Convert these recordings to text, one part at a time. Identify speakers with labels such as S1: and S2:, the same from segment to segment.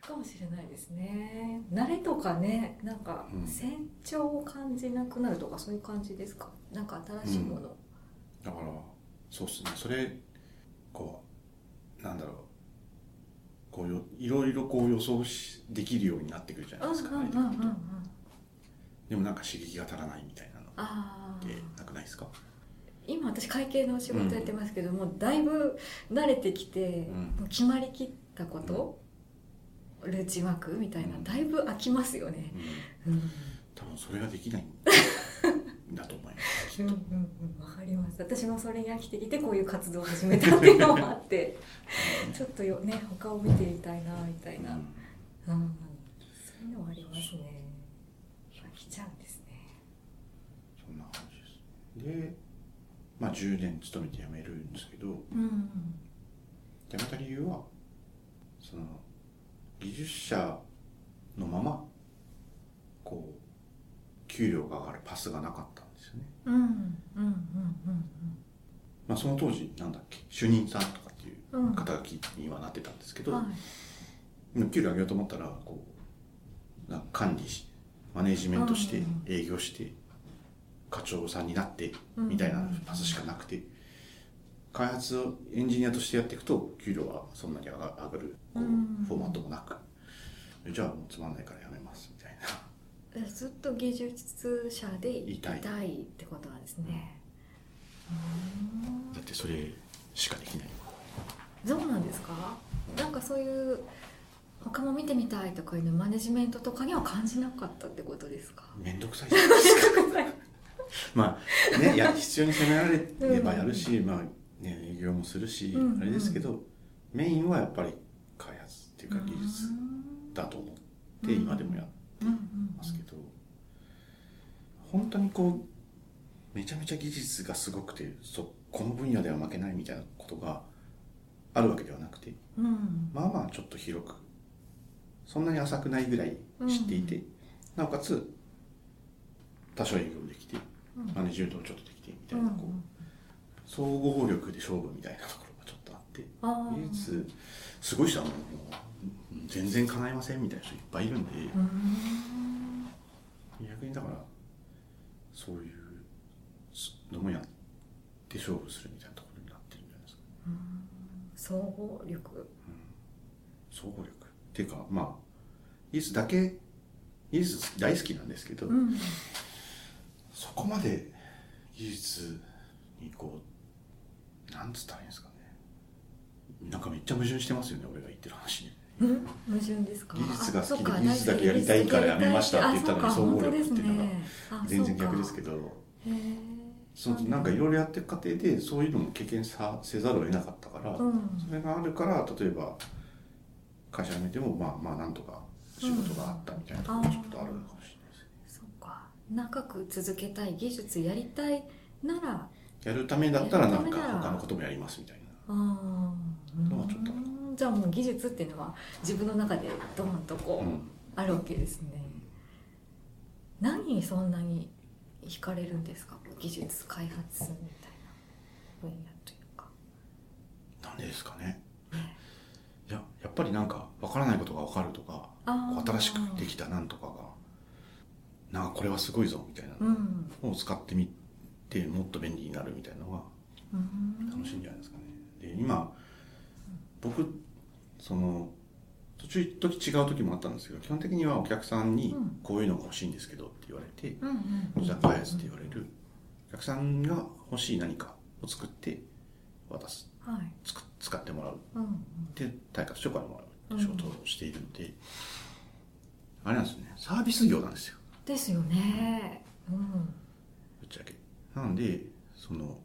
S1: かもしれないですね慣れとかねなんか
S2: うん
S1: 成長を感じなくなるとかそういう感じですかなんか新しいもの、
S2: だからそうっすねそれこうなんだろうこうよいろいろこう予想しできるようになってくるじゃ
S1: う
S2: なんいうで
S1: ん
S2: すか、
S1: うんうんうんうん
S2: でもなんか刺激が足らないみたいなのっ
S1: ああ
S2: てなくないですか、
S1: 今私会計の仕事やってますけど、もうだいぶ慣れてきて、
S2: うん
S1: もう決まりきったこと、ルーチンワークみたいな
S2: うん
S1: だいぶ飽きますよね、
S2: うん、
S1: うん
S2: 多分それができないんだと思いま
S1: うんうんうん、わかります私もそれに飽きてきてこういう活動を始めたっていうのもあって
S2: す、
S1: ちょっとよね他を見てみたいなみた
S2: う
S1: い
S2: ん
S1: な、うんうん、そういうのはありますね飽きちゃうんですね
S2: そんな感じですでまあ10年勤めて辞めるんですけど
S1: うん
S2: 辞めた理由はその技術者のままこう給料が上がるパスがなかったんですよね、
S1: うんうんうんうん
S2: まあ、その当時なんだっけ主任さんとかっていう
S1: うんうん
S2: 肩書きにはなってたんですけど、
S1: はい
S2: でも給料上げようと思ったらこうなんか管理しマネジメントして
S1: うんうん
S2: 営業して課長さんになってみたいなパスしかなくて開発をエンジニアとしてやっていくと給料はそんなに上が上がるこう
S1: うん
S2: フォーマットもなくじゃあもうつまんないからやめますみたいな
S1: ずっと技術者でいたい
S2: い
S1: ってことなんですね。う
S2: だってそれしかできない
S1: ーんそうなんですかなんかそういう他も見てみたいとかいうのマネジメントとかには感じなかったってことですか
S2: 面倒くさいじゃないですか まあねや必要に責められればやるし、まあね営業もするし、
S1: うんうん
S2: あれですけどメインはやっぱり開発っていうか技術だと思って今でもやって
S1: うんうん
S2: ますけど、本当にこうめちゃめちゃ技術がすごくてそこの分野では負けないみたいなことがあるわけではなくて
S1: うん
S2: まあまあちょっと広くそんなに浅くないぐらい知っていて、なおかつ多少営業できて
S1: うん
S2: マネジメントもちょっとできてみたいな、こ
S1: うん
S2: う総合力で勝負みたいなところがちょっとあって
S1: あー
S2: 技術すごい人はもうもう全然叶いませんみたいな人いっぱいいるんで、
S1: うーん
S2: 逆にだからそういうのもやって勝負するみたいなところになってるんじゃないですか、
S1: 総合力
S2: 総合力っていうかまあ技術だけ技術大好きなんですけど、
S1: うん
S2: そこまで技術にこうなんつったらいいんですかねなんかめっちゃ矛盾してますよね俺が言ってる話ね
S1: うん矛盾ですか
S2: 技術が好きで
S1: あそっか
S2: 技術だけやりたいからやめましたって言ったのに
S1: あそうか
S2: 総合力っていうの
S1: 本
S2: が
S1: 当ですねあ
S2: 全然逆ですけ
S1: ど
S2: どそのなんかいろいろやっていく過程でそういうのも経験させざるを得なかったから、
S1: うん
S2: それがあるから例えば会社辞めてもまあまあなんとか仕事があったみたいなところがちょっとあるのかもしれないで
S1: そ
S2: すね、
S1: うか長く続けたい技術やりたいなら
S2: やるためだったらな
S1: や
S2: ん
S1: る
S2: か
S1: ためなら
S2: 他のこともやりますみたいな
S1: あー
S2: のはちょっとある
S1: うんじゃあもう技術っていうのは自分の中でドーンとこ
S2: う
S1: うんあるわけですね、何にそんなに惹かれるんですか技術開発みたいな分野というか
S2: なんでですかね
S1: ね
S2: いややっぱりなんか分からないことが分かるとか
S1: あー
S2: 新しくできたなんとかがなんかこれはすごいぞみたいな
S1: う
S2: の
S1: ん
S2: を使ってみてもっと便利になるみたいなのが
S1: うん
S2: 楽しいんじゃないですかね。で今僕その途中時違う時もあったんですけど基本的にはお客さんに
S1: うん
S2: 「こういうのが欲しいんですけど」って言われて
S1: うんう
S2: 「こ
S1: ん
S2: ちら開発」って言われるお客さんが欲しい何かを作って渡す
S1: はい
S2: つく使ってもらう
S1: うんうん
S2: で対価としてお金もらう仕事をしているので、あれなんですよねサービス業なんですよ
S1: ですよねうん
S2: ぶっちゃけ。なんでその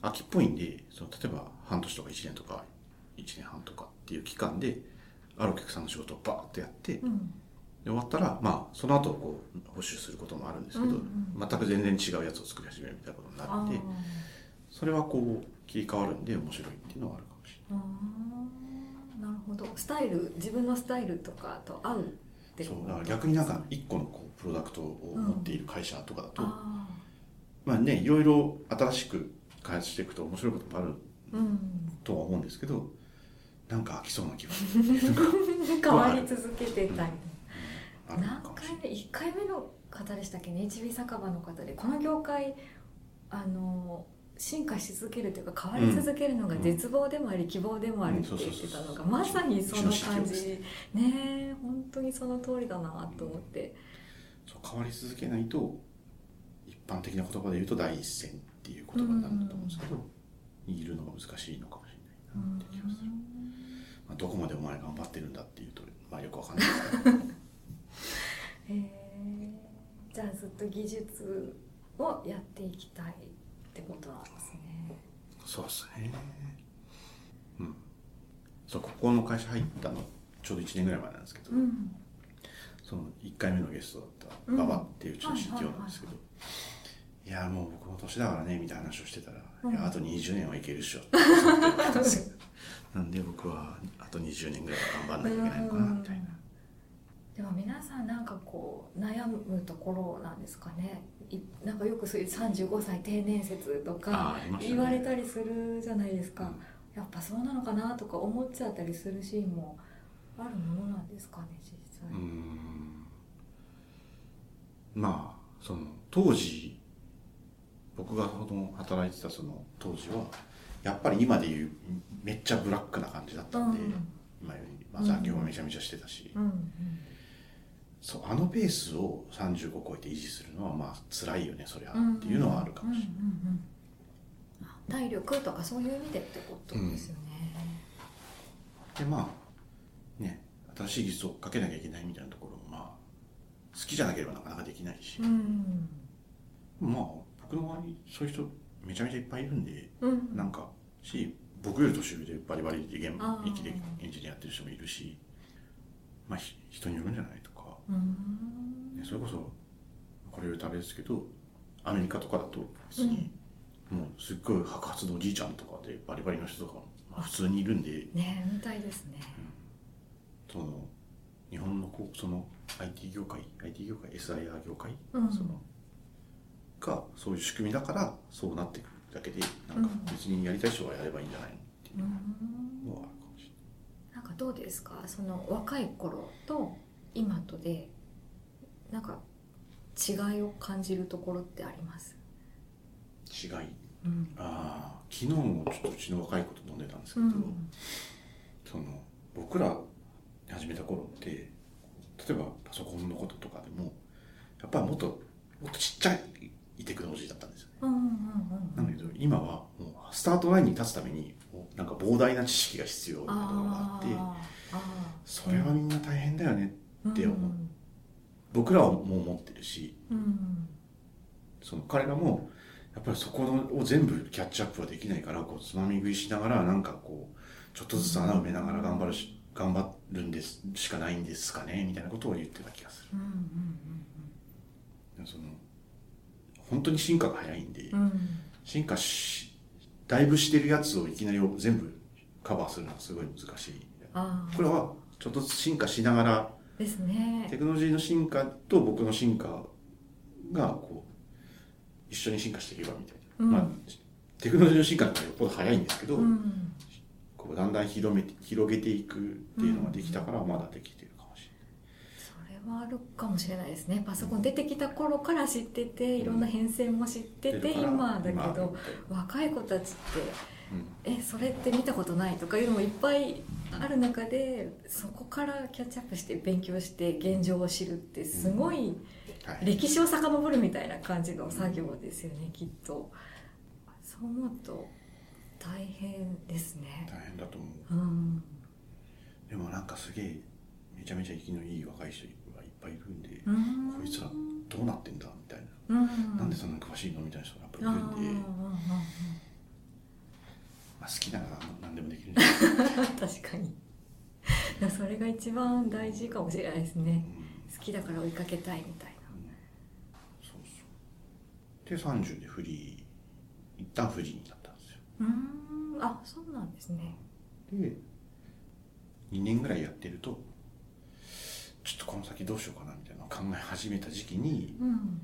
S2: 秋っぽいんでその例えば半年とか1年とか1年半とかっていう期間であるお客さんの仕事をバーッとやって、で
S1: うん
S2: 終わったらまあその後こう補修することもあるんですけど、
S1: うんうん
S2: 全く全然違うやつを作り始めるみたいなことになる
S1: あ
S2: ん
S1: ー
S2: でそれはこう切り替わるんで面白いっていうのはあるかもしれない。
S1: あーなるほどスタイル自分のスタイルとかと合うって
S2: そ
S1: こと
S2: うだから逆になんか一個のこうプロダクトを持っている会社とかだと、
S1: あ
S2: まあねいろいろ新しく開発していくと面白いこともある
S1: ーうん
S2: とは思うんですけどなんか飽きそうな気がす る
S1: 変わり続けてたい
S2: あるの
S1: 何
S2: かもしれ
S1: 回目1回目の方でしたっけね HB 酒場の方でこの業界あの進化し続けるというか変わり続けるのが
S2: うん
S1: 絶望でもあり希望でもあり
S2: う
S1: っ
S2: ん
S1: て言
S2: そう
S1: ってた
S2: そう
S1: の
S2: そ
S1: が
S2: う
S1: まさにその
S2: うちの指
S1: 感
S2: 標です
S1: じねえ本当にその通りだなと思って
S2: そう変わり続けないと一般的な言葉で言うと第一線っていう言葉になるんだと思うんですけど、いるのが難しいのかもしれないなって気がする、まあ、どこまでお前頑張ってるんだっていうと、まあ、よくわかんないですけど
S1: へえじゃあずっと技術をやっていきたいってことなんですね
S2: そうですねうんそうここの会社入ったのちょうど1年ぐらい前なんですけど、
S1: うん
S2: その1回目のゲストだった
S1: うん
S2: 馬場っていううちの CTO なんですけど、いやもう僕も年だからねみたいな話をしてたら、
S1: うん
S2: いやあと20年はいけるっしょって 言ってたんですよなんで僕はあと20年ぐらいは頑張んなきゃいけないのかなみたいな、
S1: でも皆さんなんかこう悩むところなんですかねいなんかよくそういう35歳定年説とか
S2: あーありましたね
S1: 言われたりするじゃないですか、
S2: うん
S1: やっぱそうなのかなとか思っちゃったりするシーンもあるものなんですかね実際、
S2: うーんまあその当時僕がほど働いてたその当時はやっぱり今で言うめっちゃブラックな感じだったんで、今より、まあ、残業もめちゃめちゃしてたし、
S1: うんうん
S2: そうあのペースを35超えて維持するのはまあ辛いよねそりゃ
S1: うん
S2: っていうのはあるかもしれない、
S1: うんうんうんあ体力とかそういう意味でってことですよね、
S2: でまあね新しい技術をかけなきゃいけないみたいなところもまあ好きじゃなければなかなかできないし、
S1: うん
S2: まあ僕の周りそういう人めちゃめちゃいっぱいいるんで
S1: うん
S2: なんかし僕より年上でバリバリで現
S1: あー
S2: 役でエンジニアやってる人もいるしまあひ人によるんじゃないとか、
S1: うん
S2: ねそれこそこれ言うとあれですけどアメリカとかだと別に、もうすっごい白髪のおじいちゃんとかでバリバリの人とかも、まあ、普通にいるんで
S1: ねみたいですね、
S2: その日本のこうその IT 業界 IT 業界 SIR 業界、
S1: うん
S2: そのがそういう仕組みだからそうなってくるだけでなんか
S1: うん
S2: 別にやりたい人はやればいいんじゃないのっていう
S1: うん
S2: のはあるかもしれな
S1: な
S2: い。
S1: んかどうですかその若い頃と今とでなんか違いを感じるところってあります、
S2: 違い
S1: うん
S2: ああ昨日もちょっとうちの若い子と飲んでたんですけ
S1: う
S2: ど、
S1: ん
S2: その僕ら始めた頃って例えばパソコンのこととかでもやっぱりもっともっとちっちゃいテクノロジーだったんですよね
S1: うんうんう
S2: なんんだけど今はもうスタートラインに立つためにもうなんか膨大な知識が必要なところがあって
S1: ーあー
S2: それはみんな大変だよねって思う
S1: うん
S2: 僕らはもう思ってるし
S1: うん
S2: その彼らもやっぱりそこを全部キャッチアップはできないからこうつまみ食いしながらなんかこうちょっとずつ穴埋めながら頑張るし頑張るんですしかないんですかねみたいなことを言ってた気がする
S1: うんうん
S2: その本当に進化が早いんで、
S1: うんうん
S2: 進化しだいぶしてるやつをいきなり全部カバーするのはすごい難しい
S1: あー
S2: これはちょっとずつ進化しながら
S1: です
S2: テ
S1: ね
S2: クノロジーの進化と僕の進化がこう一緒に進化していけばみたいな、
S1: うん
S2: まあ、テクノロジーの進化の方がよっぽど早いんですけど、
S1: うん
S2: こうだんだん広めて広げていくっていうのができたからまだできてるかもし
S1: それはあるかもしれないですねパソコン出てきた頃から知ってていろんな変遷も知って
S2: れない、
S1: て
S2: から
S1: 今だけ
S2: 今
S1: ど
S2: みたいな
S1: 若い子たちって
S2: うん
S1: えそれって見たことないとかいうのもいっぱいある中でそこからキャッチアップして勉強して現状を知るってすごい
S2: はい
S1: 歴史を遡るみたいな感じの作業ですよねきっとそう思うと大変ですね
S2: 大変だと思
S1: う
S2: う
S1: ん
S2: でもなんかすげえめちゃめちゃ息のいい若い人がいっぱいいるんで、
S1: うん
S2: こいつらどうなってんだみたいな、
S1: うん
S2: なんでそんなに詳しいのみたいな人がやっぱい
S1: あー
S2: るんで、
S1: う
S2: まあ、好きなら何でもできるんじゃな
S1: んうん
S2: いですか、
S1: うん確かにだからそれが一番大事かもしれないですね
S2: うん
S1: 好きだから追いかけたいみたい
S2: そうそうで30でフリー一旦フリーになったんですよ
S1: なうんあそうなんですね
S2: で2年ぐらいやってるとちょっとこの先どうしようかなみたいなのを考え始めた時期に
S1: うん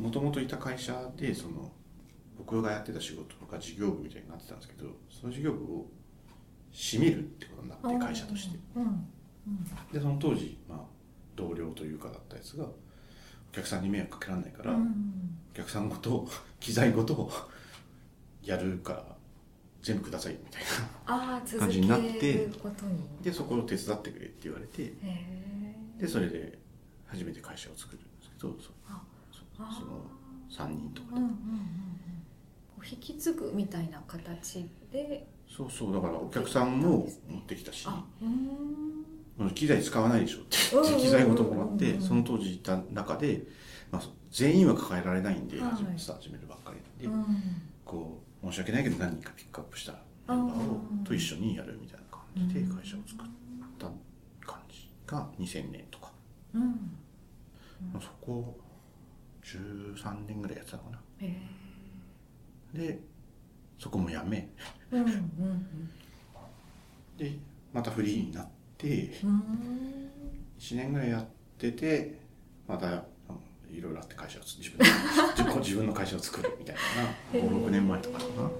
S2: もともといた会社でその僕がやってた仕事が事業部みたいになってたんですけどその事業部を占めるってことになって会社として
S1: うんうん
S2: でその当時、まあ、同僚というかだったやつがお客さんに迷惑かけられないか
S1: う
S2: ら、
S1: んうん
S2: お客さんごと機材ごとやるから全部くださいみたいな
S1: ああ続
S2: 感
S1: け
S2: じになって
S1: ることに
S2: でそこを手伝ってくれって言われて
S1: へえ
S2: でそれで初めて会社を作るんですけどそ
S1: あ
S2: そ
S1: あ
S2: その3人とか
S1: うんうんうんうんこう引き継ぐみたいな形で
S2: そうそうだからお客さんも持ってきたし
S1: あうーん
S2: 機材使わないでしょって言って
S1: うんうんうんうん
S2: 機材ごともらってその当時いた中で、まあ、全員は抱えられないんで
S1: はい
S2: 始めスタート始めるばっかり
S1: う
S2: なんで、
S1: ん
S2: こう申し訳ないけど何人かピックアップしたメンバーを
S1: うん
S2: と一緒にやるみたいな感じで
S1: うん
S2: 会社を作った感じが2000年とか、
S1: うん
S2: まあそこを13年ぐらいやってたのかな
S1: へえ
S2: でそこもやめ
S1: うんうんうん
S2: でまたフリーになって
S1: うーん
S2: 1年ぐらいやっててまたあのいろいろあって会社をつ自分の 自分自分の会社を作るみたいな56年前とかかな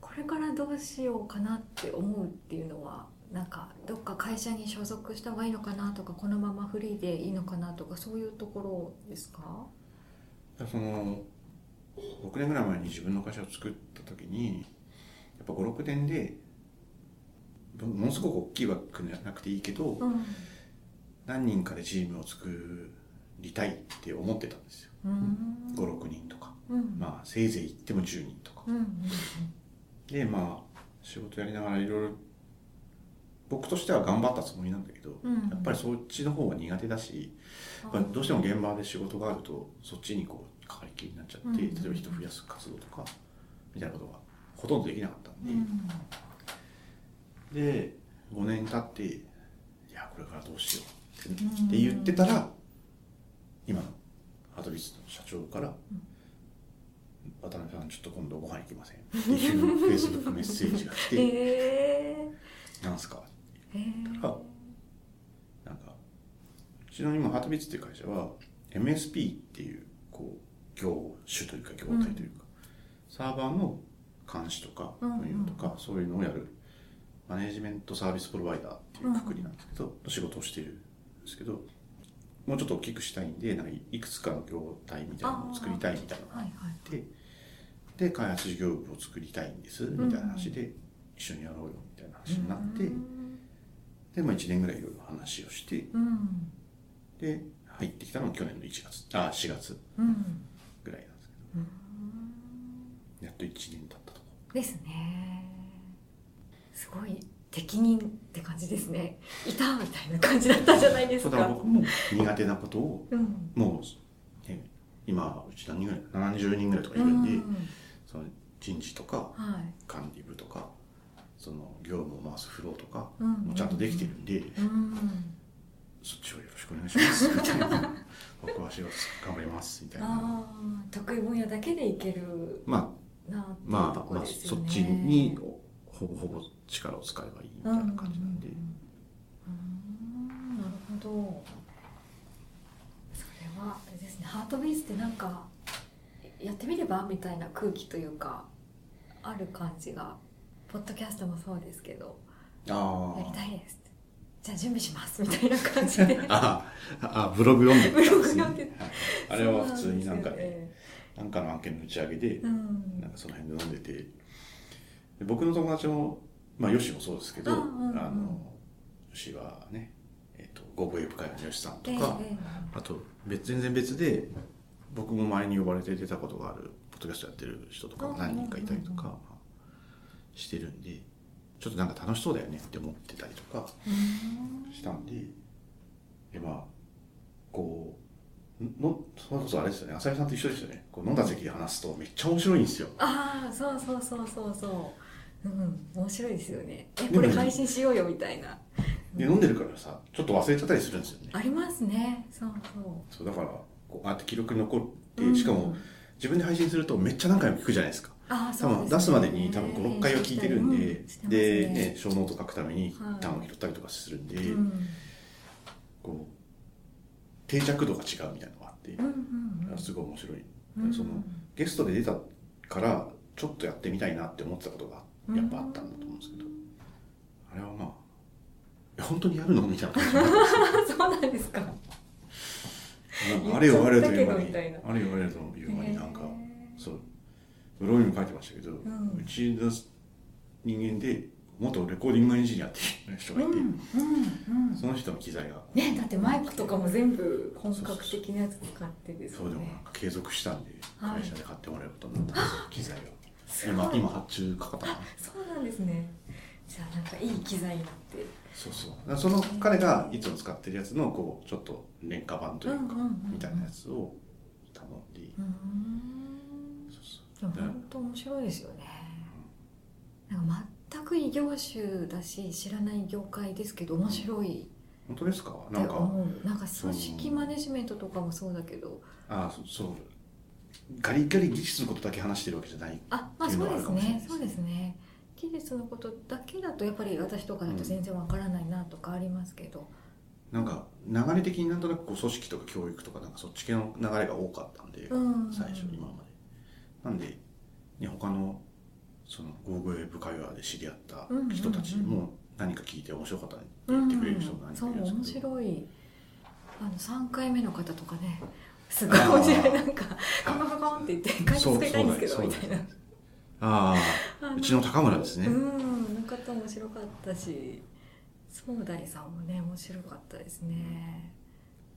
S1: これからどうしようかなって思うっていうのはなんかどっか会社に所属した方がいいのかなとかこのままフリーでいいのかなとかそういうところですか
S2: だからその6年ぐらい前に自分の会社を作った時にやっぱ56年でもものすごく大きい枠じゃなくていいけど
S1: うん
S2: 何人かでチームを作りたいって思ってたんですよ
S1: うん
S2: 56人とか
S1: うん
S2: まあせいぜい言っても10人とか
S1: うんうん
S2: でまあ仕事やりながらいろいろ僕としては頑張ったつもりなんだけど、
S1: うん
S2: やっぱりそっちの方が苦手だし、やっぱりどうしても現場で仕事があるとそっちにこうかかりきりになっちゃって、
S1: うん
S2: 例えば人増やす活動とかみたいなことがほとんどできなかったん
S1: う
S2: で、
S1: ん
S2: で5年経っていやこれからどうしようって,、
S1: うん
S2: 言ってたら今のアドビスの社長から「渡辺さんちょっと今度ご飯行きません」っていう フェイスブックメッセージが来て。
S1: え
S2: なんすか
S1: ーえー
S2: たらなんかうちの今ハートビッツっていう会社は MSP っていうこう業種というか業態というか、サーバーの監視とか
S1: うんうん
S2: 運用とか、そういうのをやるマネジメントサービスプロバイダーっていうくくりなんですけど、仕事をしてるんですけどもうちょっと大きくしたいんでなんかいいくつかの業態みたいなのを作りたいみたいなのが
S1: はいはい
S2: でで開発事業部を作りたいんですみたいな話で、一緒にやろうよみたいな話になって、
S1: うん
S2: で、まあ、1年ぐらいいろいろ話をして
S1: うん
S2: で入ってきたのが去年の1月あ4月
S1: うん
S2: ぐらいなんです
S1: う
S2: け
S1: ん
S2: どやっと1年経ったとこ
S1: ですねすごい適任って感じですねいたみたいな感じだったじゃないです
S2: そうだから
S1: か
S2: 僕も苦手なことを
S1: うん
S2: もう、ね、今うち何人ぐらい70人ぐらいとかいうるんで、
S1: ん
S2: その人事とか
S1: はい
S2: 管理部とかその業務を回すフローとか
S1: うん
S2: もうちゃんとできてるんで、
S1: うん
S2: そっちをよろしくお願いし ますみたいな僕は仕事頑張りますみたいな
S1: ああ得意分野だけでいける
S2: まあ
S1: なっていう
S2: ま
S1: と
S2: あ
S1: こ
S2: まあ
S1: です
S2: そ
S1: よね
S2: っちにほぼほぼ力を使えばいいみたいな感じなんで、
S1: うんうんうんうんなるほどそれはあれですねハートビーズってなんかやってみればみたいな空気というかある感じがポッドキャストもそうですけどやり
S2: あ
S1: たいですってじゃあ準備しますみたいな感じで
S2: あああブログ読んでたんです
S1: ブ
S2: ね、
S1: ログ読んで
S2: はい あれは普通になんか
S1: そう
S2: ね
S1: ですよね
S2: なんかの案件の打ち上げで、
S1: うん
S2: なんかその辺で飲んでてで僕の友達もまあヨシもそうですけど
S1: あうんうん
S2: あのヨシはねえっ、とゴーゴーエプ会のヨシさんとか、
S1: えええ
S2: あと別全然別で僕も前に呼ばれて出たことがあるポッドキャストやってる人とかも何人かいたりとかしてるんでちょっとなんか楽しそうだよねって思ってたりとか
S1: えうん
S2: したんででまあこうのそれこそあれですよね浅見さんと一緒ですよねこう飲んだ席で話すとめっちゃ面白いんですよ
S1: ああそうそうそうそうそううん面白いですよねえ
S2: でも
S1: これ配信しようよみたいな
S2: で飲んでるからさちょっと忘れちゃったりするんですよね
S1: ありますねそうそ
S2: そうだからこうああやって記録に残っ
S1: う
S2: てしか
S1: う
S2: も
S1: ん
S2: 自分で配信するとめっちゃ何回も聞くじゃないですか
S1: あー
S2: 多
S1: そうで
S2: 分
S1: すね
S2: 出すまでに多分56回は聞いてるんで、
S1: うんしてますね
S2: でね小ノート書くために
S1: はい
S2: 単を拾ったりとかするんで、
S1: うんうん
S2: こう定着度が違うみたいなのがあって、
S1: うんうん
S2: すごい面白い、
S1: うん
S2: そのゲストで出たからちょっとやってみたいなって思ってたことがあっやっぱあったんだと思うんですけど、あれはまあえ本当にやるのみたいな感じ
S1: そうなんですか
S2: なんかあれよあれよという間
S1: 言っ
S2: に
S1: ちゃったけどみたいな
S2: あれよあれよという間になんか、
S1: へー
S2: そうブログにも書いてましたけど、うんちの人間で元レコーディングエンジニアっていう人
S1: う
S2: がい
S1: んう
S2: て、
S1: んうん
S2: その人の機材が
S1: ねだってマイクとかも全部本格的なやつ使ってです
S2: そう
S1: よ
S2: でも
S1: ね
S2: なんか継続したんで
S1: はい
S2: 会社で買ってもらえることになったんですよ、機材が
S1: す
S2: 今
S1: ごい
S2: 今発注かかったかな
S1: そうなんですねじゃあなんかいい機材になって
S2: そうそうだからその彼がいつも使ってるやつのこうちょっと廉価版というか
S1: うんうんうんうん
S2: みたいなやつを頼んで
S1: うーん
S2: そうそう
S1: でも本当面白いですよねなんか全く異業種だし知らない業界ですけど面白い
S2: 本当ですか
S1: って
S2: なんか
S1: 思うなんか組織マネジメントとかもそうだけど
S2: ああそそうガリガリ技術のことだけ話してるわけじゃない
S1: あまあ
S2: っていう
S1: そ
S2: の
S1: うです
S2: はあるかもしれ
S1: ね
S2: ないですね
S1: そうですね技術のことだけだとやっぱり私とかだと全然わからないなとかありますけど、
S2: なんか流れ的になんとなくこう組織とか教育とかなんかそっち系の流れが多かったんで、
S1: うん
S2: 最初今までなんで、ね、他のそのゴーグルウェブ会話で知り合った人たち
S1: うんうんうん
S2: も何か聞いて面白かったねって
S1: う
S2: 言
S1: ん
S2: ってくれる人も何
S1: そう
S2: 人かいるん
S1: 面
S2: ですけど、
S1: 白いあの3回目の方とかねすごい面白
S2: あ
S1: い
S2: ー
S1: なんかカンカンカンカンって言って解
S2: そ
S1: 決
S2: う
S1: できないんですけど
S2: そう
S1: み
S2: だよ
S1: たい
S2: そうだ
S1: な
S2: よあ
S1: あ
S2: あ
S1: の
S2: うちの高村ですね、
S1: うんの方面白かったし壮大さんもね面白かったですね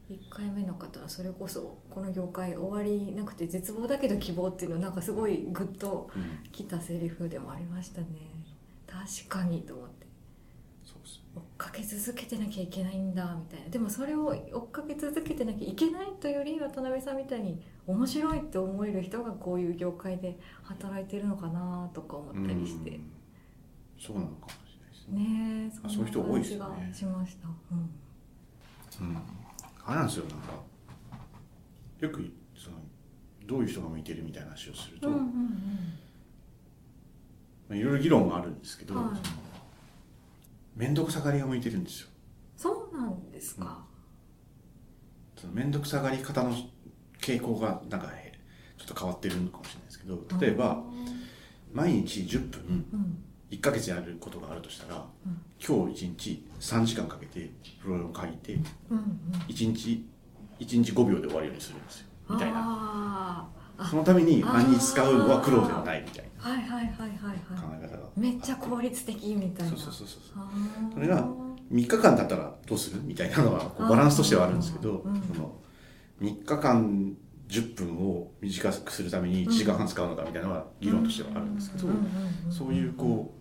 S1: 1回目の方はそれこそこの業界終わりなくて絶望だけど希望っていうのなんかすごいグッと
S2: うん
S1: きたセリフでもありましたね確かにと思って
S2: そうです
S1: 追っかけ続けてなきゃいけないんだみたいなでもそれを追っかけ続けてなきゃいけないというより渡辺さんみたいに面白いって思える人がこういう業界で働いてるのかなとか思
S2: ね
S1: ったりして。
S2: うんそうなのかもしれないで
S1: ね
S2: すね、
S1: えん
S2: あ
S1: な
S2: そういう人多いですよね
S1: 感じがしました、うん、
S2: うん、あれなんですよなんかよくそのどういう人が向いてるみたいな話をすると、
S1: うんうん
S2: まあ、いろいろ議論があるんですけど、
S1: はい
S2: その面倒くさがりが向いてるんですよ
S1: そうなんですか、
S2: その面倒くさがり方の傾向がなんかへちょっと変わってるのかもしれないですけど例えば毎日10分
S1: うん
S2: 1ヶ月やることがあるとしたら
S1: うん
S2: 今日1日3時間かけてプログラム書いて
S1: うんうん
S2: 1日1日5秒で終わるようにするんですよみたいな
S1: な
S2: そのために毎日使うのは苦労ではないみたい
S1: はいはいはいはい
S2: な考
S1: は
S2: え方が
S1: いめっちゃ効率的みたいな
S2: そうそうそうそう
S1: あー
S2: それが3日間だったらどうするみたいなのはこ
S1: あー
S2: うバランスとしてはあるんですけど、
S1: うん
S2: その3日間10分を短くするために1時間半使うのかみたいなのは議論としてはあるんですけど、
S1: うんうんうんうん
S2: そういうこう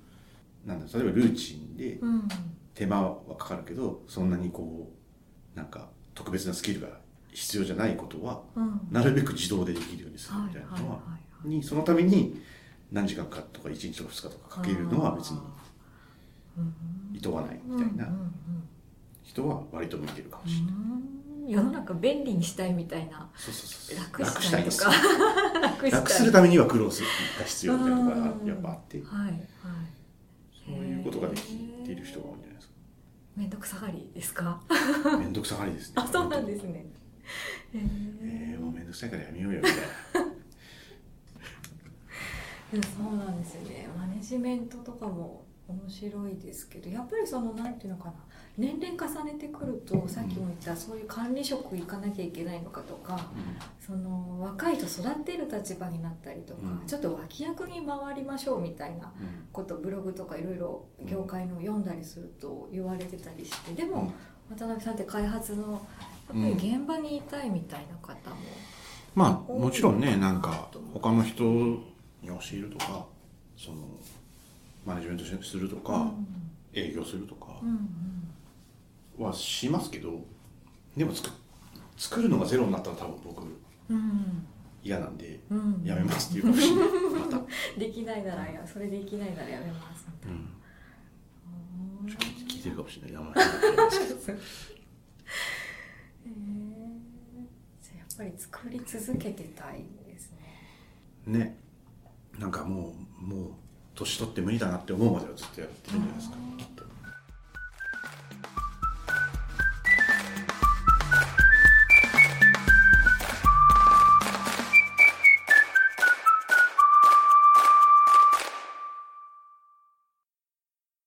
S2: なんだろう例えばルーチンで
S1: うん、
S2: 手間はかかるけどそんなにこうなんか特別なスキルが必要じゃないことは
S1: うん、
S2: なるべく自動でできるようにする
S1: は
S2: み
S1: い
S2: たい
S1: はい
S2: な
S1: はい
S2: のは
S1: はい
S2: にそのために何時間かとか1日とか2日とかかけるのは別にいとわないみたい
S1: うんうん
S2: な
S1: うん
S2: 人は割と向いてるかもしれない。
S1: うん世の中便利にしたいみたいな
S2: そうそうそうそう
S1: 楽したいとか楽し
S2: 楽
S1: たい
S2: 楽するためには苦労するが必要みたいなところがやっぱあって
S1: はいはい
S2: そういうことができている人が多いんじゃないです
S1: 面倒くさがりです か
S2: か面倒くさがりですね
S1: あそうなんですねへ
S2: え
S1: え
S2: ー、もう面倒くさいからやめようよみたいな
S1: でもそうなんですよねマネジメントとかも面白いですけどやっぱりそのなんていうのかな年齢重ねてくるとさっきも言ったそういう管理職行かなきゃいけないのかとかその若いと育てる立場になったりとか、
S2: うん
S1: ちょっと脇役に回りましょうみたいな
S2: うんうん
S1: ことブログとかいろいろ業界の読んだりすると言われてたりしてで
S2: うん
S1: も渡辺さんって開発のやっぱり現場にいたいみたいな方も、
S2: まあもちろんねなんか他の人に教えるとかそのマネジメントすると
S1: う
S2: か、
S1: ん
S2: 営業するとか
S1: うん
S2: はしますけどでも作作るのがゼロになったら多分僕
S1: うん
S2: 嫌なんで
S1: うん
S2: やめますっていうかもしれないま た、
S1: できないならやそれできないならやめますみた
S2: う
S1: いなんうん
S2: 聞 いてるかもしれない名前
S1: へえじゃあやっぱり作り続けてたいんですね
S2: ねなんかもうもう年取って無理だなって思うまではずっとやってるんじゃないですか
S1: あー